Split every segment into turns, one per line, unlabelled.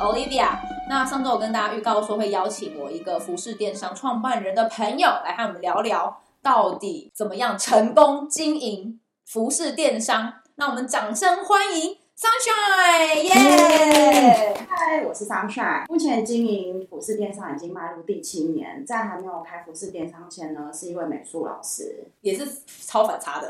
Olivia。那上周我跟大家预告说会邀请我一个服饰电商创办人的朋友来和我们聊聊，到底怎么样成功经营服饰电商。那我们掌声欢迎 Sunshine，耶、
嗨，我是 Sunshine，目前经营服饰电商已经迈入第七年，在还没有开服饰电商前呢，是一位美术老师。
也是超反差的。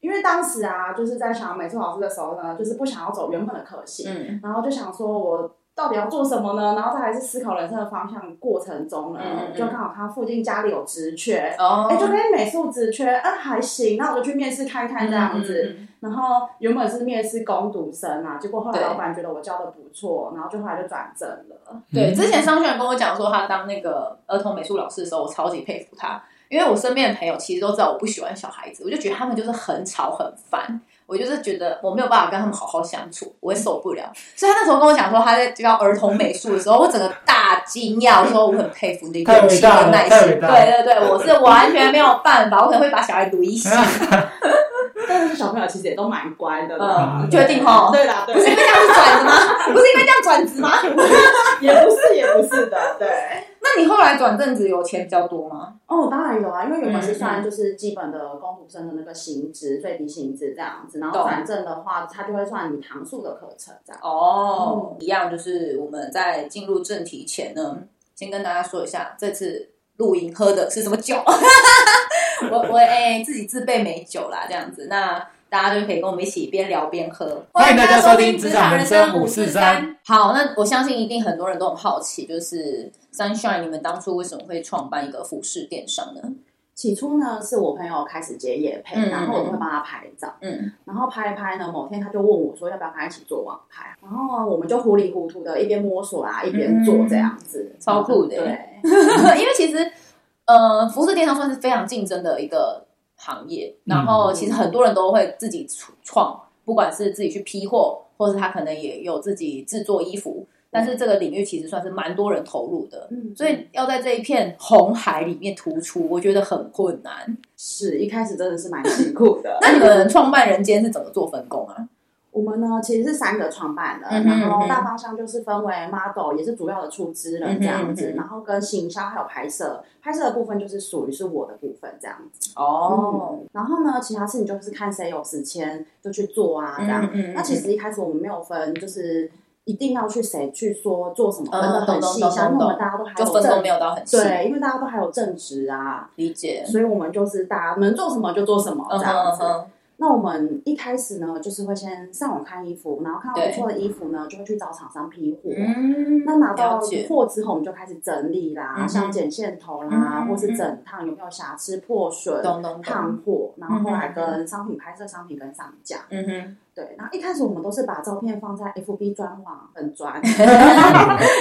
因为当时啊，就是在想美术老师的时候呢，就是不想要走原本的科系，
嗯
然后就想说我到底要做什么呢？然后再来是思考人生的方向过程中呢，
嗯嗯
就刚好他附近家里有职缺，
哦
哎、就跟美术职缺，啊还行，那我就去面试看看这样子。
嗯
然后原本是面试工读生嘛，结果后来
对
老板觉得我教的不错，然后就后来就转正了。
嗯
对，之前商璇跟我讲说，他当那个儿童美术老师的时候，我超级佩服他，因为我身边的朋友其实都知道我不喜欢小孩子，我就觉得他们就是很吵很烦，我就是觉得我没有办法跟他们好好相处，我会受不了。所以他那时候跟我讲说他在教儿童美术的时候，我整个大惊讶，我说我很佩服你的
太
勇
伟
气
大
跟
了
耐
太
心。对
伟大
对
了
对，我是完全没有办法，我可能会把小孩读 一死。
但是小朋友其实也都蛮乖的啦，
嗯，确定哦。
对啦，对
不是因为这样子转的吗？不是因为这样转职吗？
也不是也不是 的，对。
那你后来转正职有钱比较多吗？
哦，当然有啊，因为原本
嗯
是
嗯
算就是基本的工读生的那个薪资、最低薪资这样子，然后
懂
转正的话，它就会算你堂数的课程这样。
哦，一样就是我们在进入正题前呢，先跟大家说一下这次露营喝的是什么酒。我我哎、自己自备美酒啦，这样子，那大家就可以跟我们一起边聊边喝。
欢迎大家收听
职
职
场
场
人
人
生
生
五
五
四
四
三
三。
好，那我相信一定很多人都很好奇，就是 Sunshine，你们当初为什么会创办一个服饰电商呢？
起初呢，是我朋友开始接夜配，
嗯
然后我就会帮他拍照，
嗯，
然后拍一拍呢，某天他就问我说要不要跟他一起做网拍，啊然后我们就糊里糊涂的一边摸索啊，一边做这样子，
超酷的
对，
因为其实，呃，服饰电商算是非常竞争的一个行业，然
嗯
后其实很多人都会自己创，不管是自己去批货，或是他可能也有自己制作衣服，但是这个领域其实算是蛮多人投入的，
嗯，
所以要在这一片红海里面突出，我觉得很困
嗯
难。。
是一开始真的是蛮辛苦的
那你们创办人间是怎么做分工啊？
我们呢其实是三个创办人，
嗯哼嗯
然
哼
后大方向就是分为 model 也是主要的出资人这样
嗯
子，
哼嗯哼
然后跟行销还有拍摄，拍摄的部分就是属于是我的部分这样子。
哦，
然后呢，其他事情就是看谁有时间就去做啊这样。
嗯嗯，
那其实一开始我们没有分，就是一定要去谁去说做什么，
嗯
分的很细，
懂懂懂
像
懂
我
懂
们大家都还
嗯就
有
分工
正
没有到很细，
对，因为大家都还有正职啊，
理解。
所以我们就是大家能做什么就做什么
嗯
哦这
哼嗯
样子。
哼，
那我们一开始呢，就是会先上网看衣服，然后看到不错的衣服呢，就会去找厂商批货。
嗯
那拿到
了解
货之后，我们就开始整理啦，
嗯哼
像剪线头啦，
嗯
或是整烫有没有瑕疵、破损、
懂懂懂，
烫货，然后后来
嗯
跟商品拍摄、商品跟上架。
嗯哼，
对，然后一开始我们都是把照片放在 FB 专网 粉专，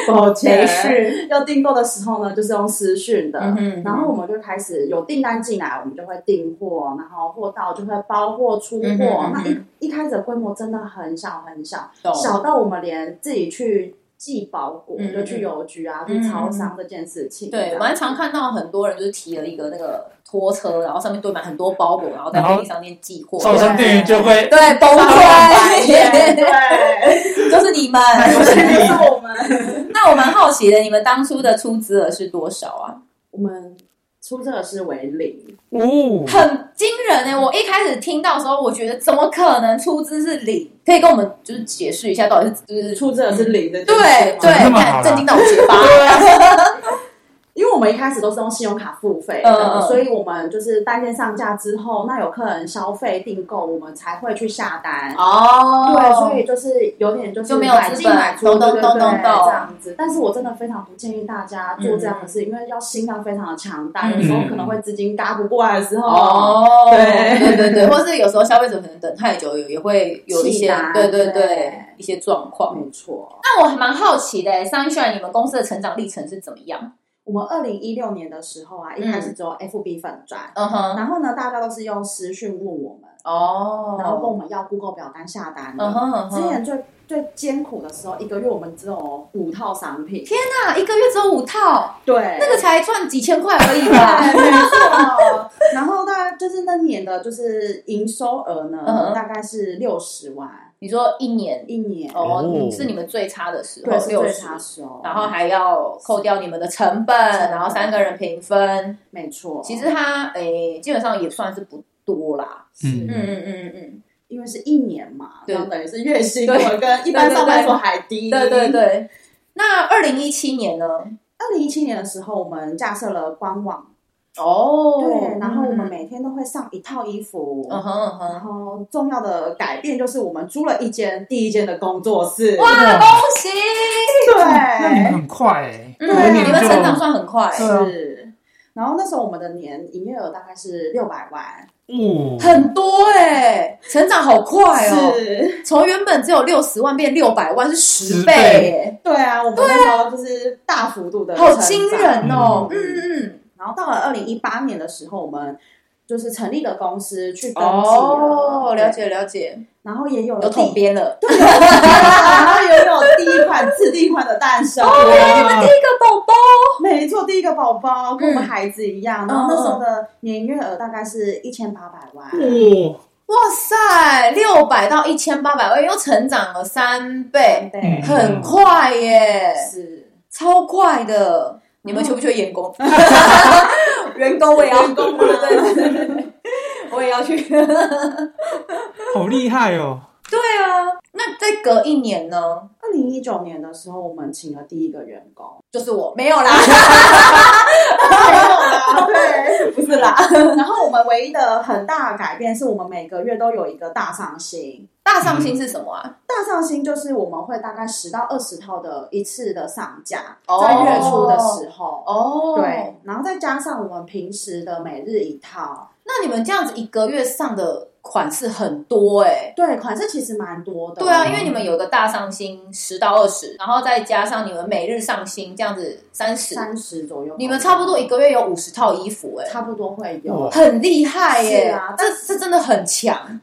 抱
没事。要订购的时候呢，就是用私讯的。
嗯哼
然后我们就开始有订单进来，我们就会订货，然后货到就会包货出货。
嗯哼嗯哼
那一一开始的规模真的很小很小，
懂
小到我们连自己去寄包裹，
嗯嗯
就去邮局啊、
嗯
去超商这件事情。
对，我
这样
蛮常看到很多人就是提了一个那个拖车，然后上面堆满很多包裹，然后在
然后
便利商店寄 货，
超商店员就会
对崩
对
溃，
对，
就是你们。
就是我们
那我蛮好奇的，你们当初的出资额是多少啊？
我们出这个是为零，
哦，
很惊人呢、欸我一开始听到的时候，我觉得怎么可能出资是零？可以跟我们就是解释一下，到底是就是
出这个是零的这件事
对
吗。
对，
那么好
看
啦
震惊到我结巴。
因为我们一开始都是用信用卡付费的，
嗯嗯
所以我们就是单件上架之后，那有客人消费订购，我们才会去下单。
哦
对，所以就是有点就是
就没有
买
资
进
本
买出，
懂
对
懂
对
懂
对
懂懂
这样子。但是我真的非常不建议大家做这样的事，因为要心脏非常的强大，有时候可能会资金搭不过来的时候，
嗯哦，
对
对对对，或是有时候消费者可能等太久，也也会有一
气
些
馁
对对对
对
一些状况。
没错。
那我还蛮好奇的，Sunshine，你们公司的成长历程是怎么样？
我们二零一六年的时候啊，一开始只有 FB 粉砖，
嗯哼，
然后呢，大家都是用私讯问我们，
哦
哦然后跟我们要 Google 表单下单的。
嗯哼嗯
之
哼，
前最最艰苦的时候，一个月我们只有五套商品，
那一个月只有五套，
对，
那个才赚几千块而已 吧？
对， 没错。然后大概就是那年的，就是营收额呢，
嗯
大概是六十万
你说一年
一年，
哦
哦，
是你们最差的时
对，
候，
是
六
最
十，
差收。
然后还要扣掉你们的成本，
成本
然后三个人平分。
没错，
其实它诶，基本上也算是不多啦。
嗯
嗯嗯嗯嗯，
因为是一年嘛，
对
然后等于是月薪
对
我跟一般上班族还
嗯
低。
对对。对。那二零一七年呢？
二零一七年的时候，我们架设了官网，
哦
对，然后我们
嗯
每天都会上一套衣服。
嗯哼嗯
然
哼，
后重要的改变就是我们租了一间第一间的工作室，
哇，恭喜！
那你们
对，
很快哎、
嗯，
对啊
你们成长算很快，
对啊
是。然后那时候我们的年营业额大概是六百万，
哦，
很多哎，成长好快哦。
是，
从原本只有六十万变六百万，是十
十
倍
倍
耶，
对啊，我们那时候就是大幅度的，
好惊人哦！嗯
嗯
嗯嗯，
然后到了二零一八年的时候，我们就是成立了公司去登记
嗯哦，
了
了，解了解，
然后也有
有
了
统
第，
编了。
对，有统编 然后也有第一款自定款的诞生，
哦啊第一个宝宝，
没错，第一个宝宝跟我们
嗯
孩子一样，然后那时候的年营业额大概是一千八百万，
嗯
哦，
哇塞，六百到一千八百万，又成长了三倍，
对，
嗯
很快耶，
是。
超快
哦
的。你们缺不缺员工？ 员工我也要，
员工吗
对对对对对， 我也要去。
好厉害哦！
对啊，那再隔一年呢？
二零一九年的时候，我们请了第一个员 工，
就是我没有啦， 哎
对， 不是啦。然后我们唯一的很大的改变是我们每个月都有一个大上新。
大上心是什么啊？
大上新就是我们会大概十到二十套的一次的上架，
哦
在月初的时候，
哦，
对，，然后再加上我们平时的每日一套，
那你们这样子一个月上的款式很多哎、
对，款式其实蛮多的。
对啊，因为你们有一个大上新十到二十，然后再加上你们每日上新这样子三十，
三十左右，
你们差不多一个月有五十套衣服哎、
差不多会
哇
有，
很厉害耶、
是啊
这这真的很强。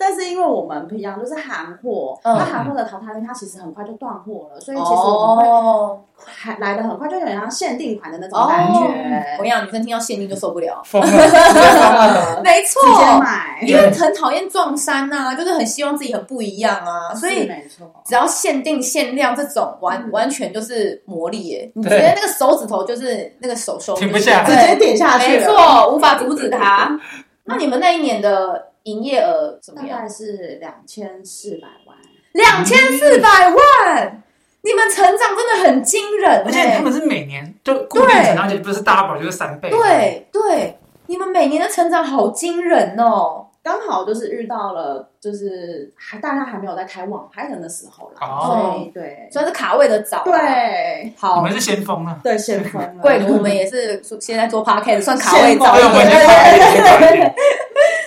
但是因为我们平常就是韩货，
嗯
那韩货的淘汰率它其实很快就断货了，所以其实我们会
哦，
还来的很快，就有点像限定款的那种感
我跟
觉，
你讲，女生听到限定就受不了，
疯了，直接疯了，
没错，
直接买，
因为很讨厌撞衫呐、就是很希望自己很不一样啊，所
是
以
没错，
只要限定限量这种，完
嗯
完全就是魔力耶！你直
对
接那个手指头就是那个手手
停不下
直
对
接，点下去
没
了，
错，无法阻止它。嗯那你们那一年的营业额怎
大
么样？
概是两千四百万。
两千四百万，你们成长真的很惊人
而且他
耶！
们是每年就固定成长，而且不是 double 就是三倍。，
对对，你们每年的成长好惊人哦！
刚好就是遇到了，就是还大家还没有在开网拍的那时候啦，
哦
所以对
算是卡位的早啊，
对
我
好
们。是先锋啊，
对先锋了，
贵，我们也是嗯现在做 podcast 算卡位早
对
一
对，哎
点。
我们先
对
早一点，先早一点。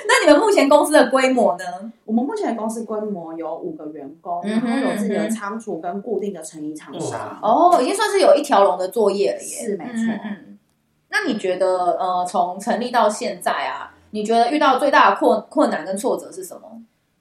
那你们目前公司的规模呢？
我们目前的公司规模有五个员工，
嗯
然
哼
后有自己
嗯
的
哼
仓储跟固定的成衣厂商。
哦，已经算是有一条龙的作业了耶。
是没错
嗯嗯嗯那你觉得呃，从成立到现在啊，你觉得遇到最大的困困难跟挫折是什么？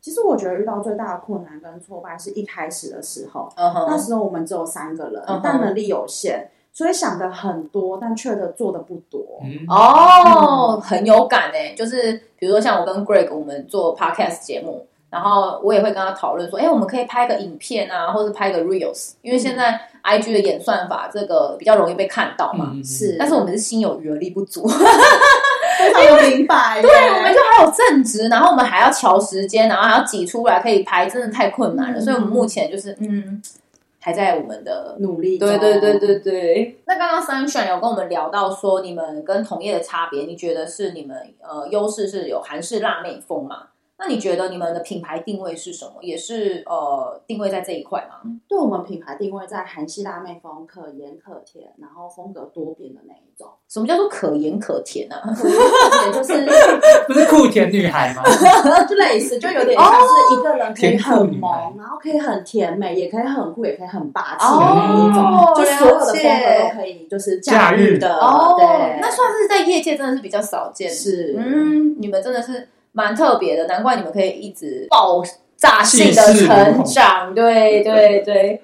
其实我觉得遇到最大的困难跟挫败是一开始的时候，
嗯
那
哼，
时候我们只有三个人
嗯哼，
但能力有限，所以想的很多，但却的做的不多。
嗯，
哦，很有感哎，就是比如说像我跟 Greg 我们做 podcast 节目。然后我也会跟他讨论说，哎，我们可以拍个影片啊，或者拍个 reels，因为现在 IG 的演算法这个比较容易被看到嘛。
嗯，
是，
但是我们是心有余而力不足，
非常的明白，对
对，我们就还有正职，然后我们还要瞧时间，然后还要挤出来可以拍，真的太困难了。
嗯
所以我们目前就是嗯，还在我们的。
努力。
对对对，对对。那刚刚 Sunshine 有跟我们聊到说，你们跟同业的差别，你觉得是你们呃优势是有韩式辣妹风嘛？那你觉得你们的品牌定位是什么？也是呃定位在这一块吗？
对我们品牌定位在韩系辣妹风，可盐可甜，然后风格多变的那一种。
什么叫做可盐可甜啊？
可盐可甜 就是
不是酷甜女孩吗？
就类似，就有点
哦
像是一个人可以
甜酷
很
女孩
萌，然后可以很甜美，也可以很酷，也可以很霸气的那一种。
哦
就所有的
了
风格都
解
可以，就是
驾驭
的
哦
对，，
那算是在业界真的是比较少见的。
是，
嗯嗯，你们真的是蛮特别的，难怪你们可以一直爆炸性的成长。对对对。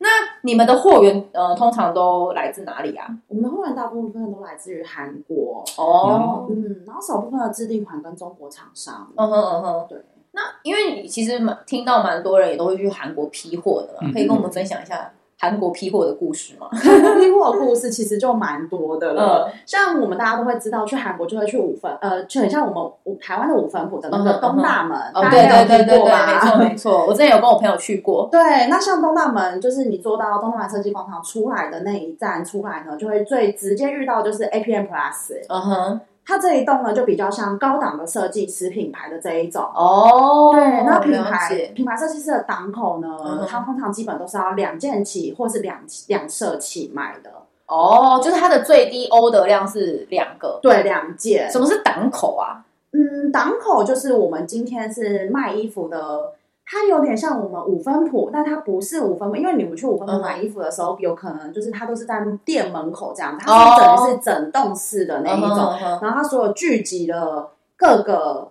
那你们的货源呃，通常都来自哪里啊？
我们的货源大部分都来自于韩国，
哦，
嗯，然后少部分的智利款跟中国厂商，
嗯哼嗯哼，
对。
那因为你其实蛮听到蛮多人也都会去韩国批货的嘛，
嗯
可以跟我们分享一下韩国批货的故事吗？呃
批货的故事其实就蛮多
嗯
的了。像我们大家都会知道，去韩国就会去五分，呃，就很像我们五台湾的五分埔的那
嗯
个
哼
东大门，
哦，
大
对
家
对
有
对
听
对
过
对，
吧？
没 错没错，我之前有跟我朋友去过，
对，那像东大门，就是你坐到东大门设计广场出来的那一站出来呢，就会最直接遇到就是 APM Plus，
嗯哼，
它这一栋呢就比较像高档的设计师品牌的这一种。
哦，
对，那品
了
牌
解，
品牌设计师的档口呢，
嗯哼
它通常基本都是要两件起或是两两色起买的。
哦，就是它的最低 order 量是两个，
对，两件。
什么是档口啊？
嗯，档口就是我们今天是卖衣服的，它有点像我们五分铺，但它不是五分铺，因为你们去五分铺
嗯
买衣服的时候，有可能就是它都是在店门口这样，它是整
哦
是整栋式的那一种，
嗯哼
然后它所有聚集了各个。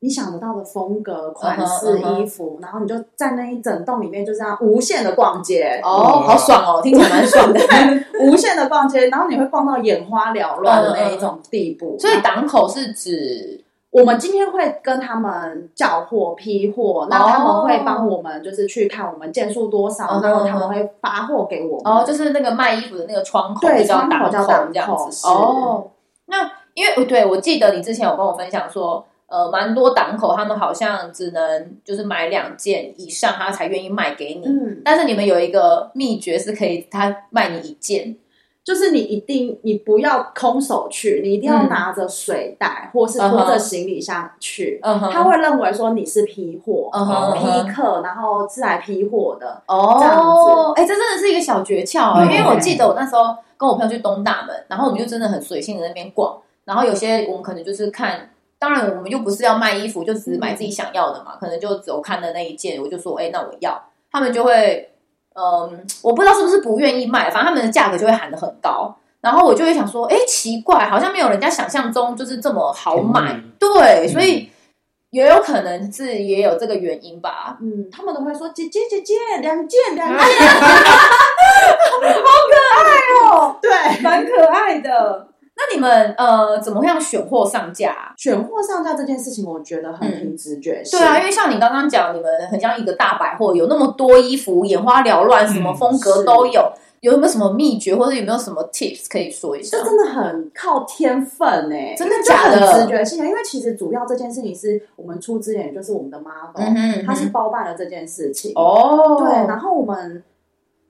你想得到的风格、款式、
嗯哼嗯哼
衣服，然后你就在那一整栋里面就这样无限的逛街，
哦，好爽哦，听起来蛮爽的。
无限的逛街，然后你会逛到眼花缭乱的那一种地步。
所以档口是指
我们今天会跟他们叫货、批货，那他们会帮我们就是去看我们件数多
嗯
少，
哼
然后他们会发货给我们。
哦，就是那个卖衣服的那个窗口
嗯对
就叫
窗口
档
叫档口
这样子。
是
哦，那因为对我记得你之前有跟我分享说。呃，蛮多档口，他们好像只能就是买两件以上，他才愿意卖给你。
嗯，
但是你们有一个秘诀是可以，他卖你一件，
就是你一定你不要空手去，你一定要
嗯
拿着水袋或是
嗯哼
拖着行李箱去。
嗯哼，
他会哦认为说你是批货、
嗯哼嗯哼
批客，然后是来批货的。这样
哦
子，
哎、这真的是一个小诀窍、啊，
嗯
因为我记得我那时候跟我朋友去东大门，然后我们就真的很随性的在那边逛，然后有些我们可能就是看，当然我们又不是要卖衣服，就只是买自己想要的嘛，
嗯
可能就只有看的那一件，我就说，哎、那我要，他们就会，嗯，我不知道是不是不愿意卖，反正他们的价格就会喊得很高。然后我就会想说，哎，奇怪，好像没有人家想象中就是这么好买
便宜，嗯
对，所 以也有可能是也有这个原因吧。
嗯，他们都会说姐姐姐姐两件两件，
啊
好可爱哦。对，
蛮可爱的。那你们呃，怎么样选货上架啊、
选货上架这件事情，我觉得很凭直觉
嗯
性。
对啊，因为像你刚刚讲，你们很像一个大百货，有那么多衣服，眼花缭乱，什么风格都有。有没有什么秘诀，或者有没有什么 tips 可以说一下
这？真的很靠天分哎、
真的
就
假的
很直觉性啊，因为其实主要这件事情是我们出资人，也就是我们的 model，、
嗯哼
他是包办了这件事情。
哦，
对，然后我们，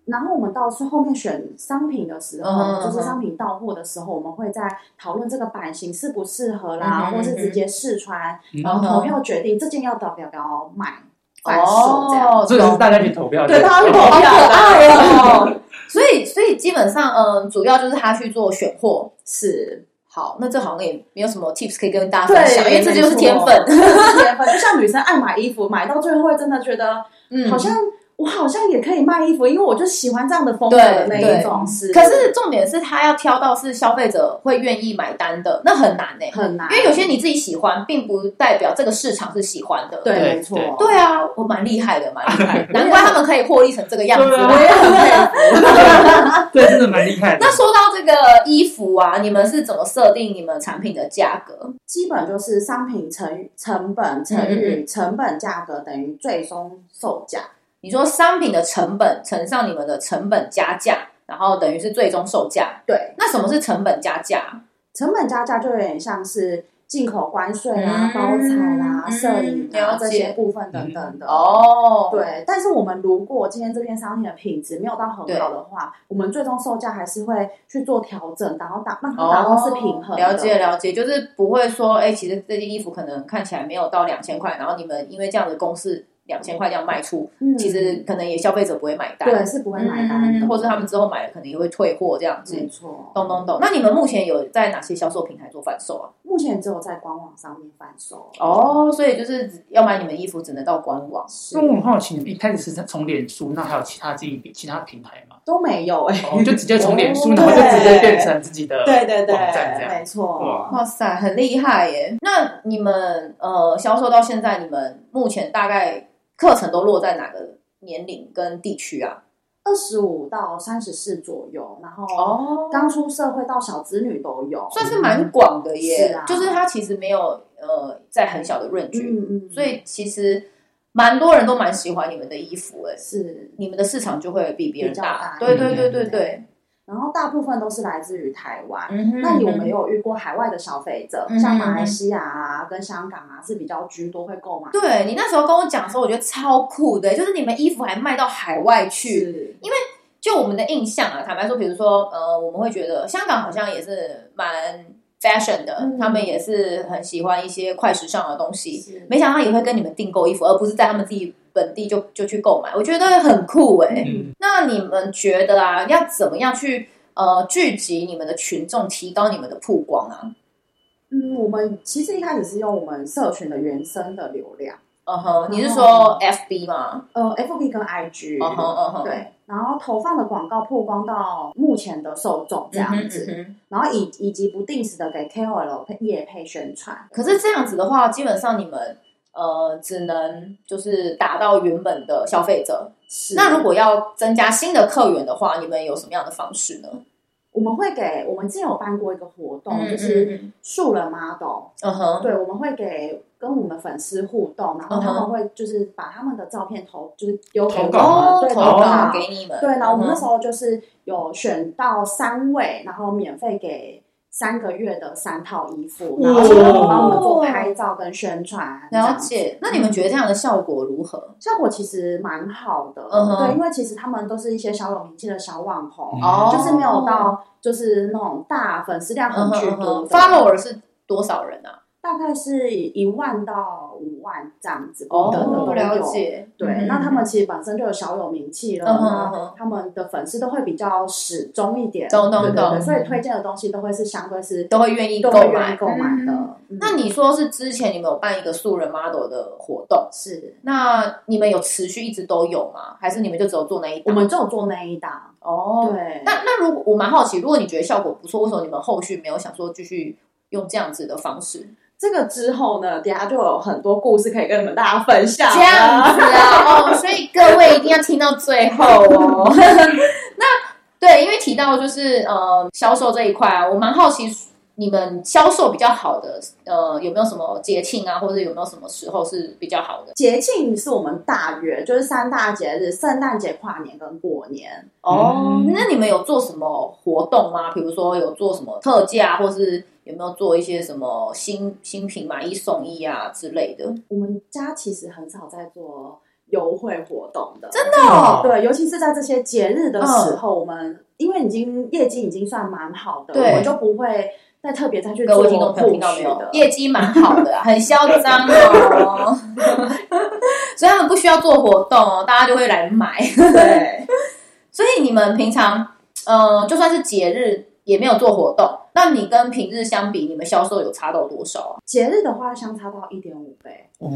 然后我们到最后面选商品的时候，
嗯嗯嗯
就是商品到货的时候，我们会在讨论这个版型适不适合
嗯
啦，
哼
或是直接试穿，
嗯
然后投票决定这件要不要不要买贩售这样。
哦
这个是大家去投票的，
对大家去投
好
票
可爱哦。所以，所以基本上，嗯，主要就是他去做选货。
是，
好，那这好像也没有什么 tips 可以跟大家分享，因为这就是
没错
天分。
这就是天分。就像女生爱买衣服，买到最后会真的觉得
嗯
好像我好像也可以卖衣服，因为我就喜欢这样的风格的那一种是，
可是重点是他要挑到是消费者会愿意买单的，那很难呢、
很难，
因为有些你自己喜欢，并不代表这个市场是喜欢的。
对，
对
没错，
对
对啊，我蛮厉害的，蛮厉害的， 难怪他们可以获利成这个样子。
对啊
我也很佩服。
对，真的蛮厉害的
那。说到这个衣服啊，你们是怎么设定你们产品的价格？
基本就是商品乘成本乘
嗯
以成本价格等于最终售价。
你说商品的成本乘上你们的成本加价，然后等于是最终售价。
对，
那什么是成本加价？
成本加价就有点像是进口关税啦、
嗯
包材啦、
嗯
摄影
了
啊
解
这些部分等等的。，
哦，
对。但是我们如果今天这件商品的品质没有到很好的话，我们最终售价还是会去做调整，然后达让它达到是平衡的。
哦了解了解，就是不会说，哎、其实这件衣服可能看起来没有到两千块，然后你们因为这样的公式两千块这样卖出，
嗯
其实可能也消费者不会买单，
对是不会买单的，
嗯或者他们之后买了可能也会退货这样子。
没错。
懂懂懂。那你们目前有在哪些销售平台做贩售啊？
目前只有在官网上面贩售。
哦，所以就是只要买你们衣服只能到官网。
是
那我很好奇，你们一开始是从脸书，那还有其他自己其他平台吗？
都没有哎、
我们就直接从脸
哦
书，然后就直
对
接变成自己的
对对对，
呃网站这样。
没错。
哇
哇塞，很厉害耶！那你们呃销售到现在，你们目前大概课程都落在哪个年龄跟地区啊？
二十五到三十四左右，然后
哦
刚出社会到小子女都有，
算是蛮广的耶，
是啊
就是它其实没有呃在很小的润
嗯
局、
嗯，
所以其实蛮多人都蛮喜欢你们的衣服哎，
是。
你们的市场就会比别人
比较大
对对对对对，
然后大部分都是来自于台湾，
嗯哼
那有没有遇过海外的消费者，
嗯
像马来西亚啊跟香港啊是比较居多会购买？
对你那时候跟我讲的时候，我觉得超酷的，欸就是你们衣服还卖到海外去。
是，
就我们的印象啊，坦白说，比如说，呃，我们会觉得香港好像也是蛮 fashion 的，
嗯
他们也是很喜欢一些快时尚的东西。
是
没想到也会跟你们订购衣服，而不是在他们自己本地就就去购买，我觉得很酷哎、
嗯
那你们觉得啊，要怎么样去呃聚集你们的群众，提高你们的曝光啊？
嗯，我们其实一开始是用我们社群的原生的流量，
嗯哼，你是说
哦
FB 吗？
呃，FB 跟 IG，、
嗯哼嗯哼，
对，然后投放的广告曝光到目前的受众这
嗯哼，
样子，
嗯哼
然后以以及不定时的给 KOL 配业配宣传，
可是这样子的话，基本上你们呃只能就是达到原本的消费者。
是
那如果要增加新的客源的话，你们有什么样的方式呢？
我们会给我们之前有办过一个活动，
嗯
哦就是
嗯
素人 model，、
嗯哼，
对，我们会给跟我们粉丝互动，
嗯
然后他们会就是把他们的照片投，就是丢给我
投
们
稿吗
哦
对，
投稿
稿
给你们。
对，然后我们那
嗯
时
哼
候就是有选到三位，然后免费给三个月的三套衣服，然后请他们帮我们做拍照跟宣传，这
了
样
解。那你们觉得这样的效果如何？
效果其实蛮好的。
嗯哼
对，因为其实他们都是一些小有名气的小网红，
哦
就是没有到就是那种大粉丝量
嗯
很
哼
巨
嗯哼
多的
，follower 是多少人啊？
大概是一万到五万这样子不等的
哦
都，
了
有。
解。
对，
嗯
那他们其实本身就有小有名气了，
嗯哼
然
嗯哼
后他们的粉丝都会比较始终一点，
懂懂
对对
懂
对，所以推荐的东西都会是相对是
都会愿意
都
购
会愿
买
意购买的。
嗯
嗯
那你说是之前你们有办一个素人 model 的活动？
是
那你们有持续一直都有吗？还是你们就只有做那一
我
档？
们就有做那一档，
哦，
对，
那那如果我蛮好奇，如果你觉得效果不错，为什么你们后续没有想说继续用这样子的方式？
这个之后呢，等一下就有很多故事可以跟你们大家分享
这样子啊，哦，所以各位一定要听到最后哦。那对，因为提到就是呃销售这一块啊，我蛮好奇你们销售比较好的呃有没有什么节庆啊，或者有没有什么时候是比较好的？
节庆是我们大月，就是三大节日：圣诞节、跨年跟过年。
哦，
嗯
那你们有做什么活动吗？比如说有做什么特价，或是有没有做一些什么新新品买一送一啊之类的？
我们家其实很少在做优惠活动的，
真的哦
对，尤其是在这些节日的时候，我们因为已经业绩已经算蛮好
嗯
的，
对
我们就不会再特别再去
各
做
位听众朋友
布
听到
局
没有
的？。
业绩蛮好的啊， 很嚣张哦。 所以他们不需要做活动哦，大家就会来买。
对，
所以你们平常呃，就算是节日也没有做活动，那你跟平日相比，你们销售有差到多少啊？
节日的话相差到一点五倍，
哦，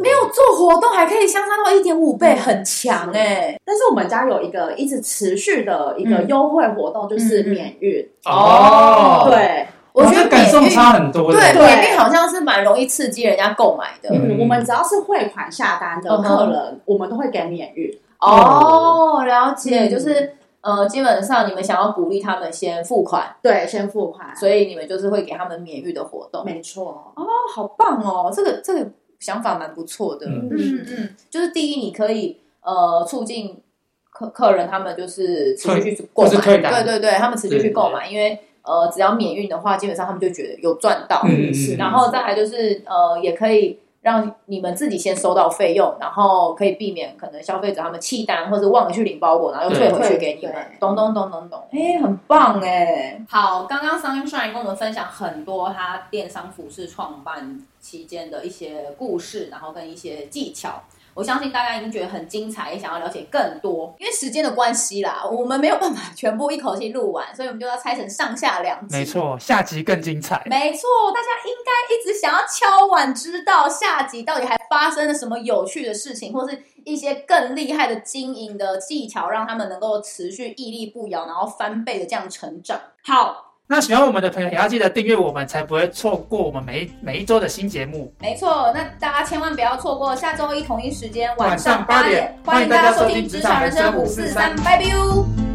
没有做活动还可以相差到一点五倍，
嗯
很强哎、
但是我们家有一个一直持续的一个
嗯
优惠活动，就是免运。
哦嗯
对，
我觉
哇
得
这感受
免运
差很多的，
对，
对
免运好像是蛮容易刺激人家购买的。
嗯
我们只要是汇款下单的
嗯哼
客人，我们都会给免运。
哦，了解，
嗯
就是呃，基本上你们想要鼓励他们先付款，
对，先付款。
所以你们就是会给他们免运的活动。
没错，
哦，好棒哦，这个这个想法蛮不错的。
嗯
嗯嗯，就是第一，你可以呃促进客客人他们就是持续去购买，
就是退单
对对对，他们持续去购买，因为呃只要免运的话，基本上他们就觉得有赚到。
嗯
是
嗯
然后再来就是呃，也可以让你们自己先收到费用，然后可以避免可能消费者他们弃单或者忘了去领包裹，然后又退回去给你们
对。
懂懂懂懂懂，哎，很棒哎。好，刚刚 Sunshine 跟我们分享很多他电商服饰创办期间的一些故事，然后跟一些技巧。我相信大家已经觉得很精彩，也想要了解更多。因为时间的关系啦，我们没有办法全部一口气录完，所以我们就要拆成上下两集。
没错，下集更精彩。
没错，大家应该一直想要敲碗知道下集到底还发生了什么有趣的事情，或是一些更厉害的经营的技巧，让他们能够持续屹立不摇，然后翻倍的这样成长。好。
那喜欢我们的朋友也要记得订阅我们，才不会错过我们每一每一周的新节目。
没错，那大家千万不要错过下周一同一时间
晚上
八
八点
欢迎大家
欢迎大家
收
收
听
听
《职
职场
场人
人
生
生
五
五
四
四
三
三》，
拜拜。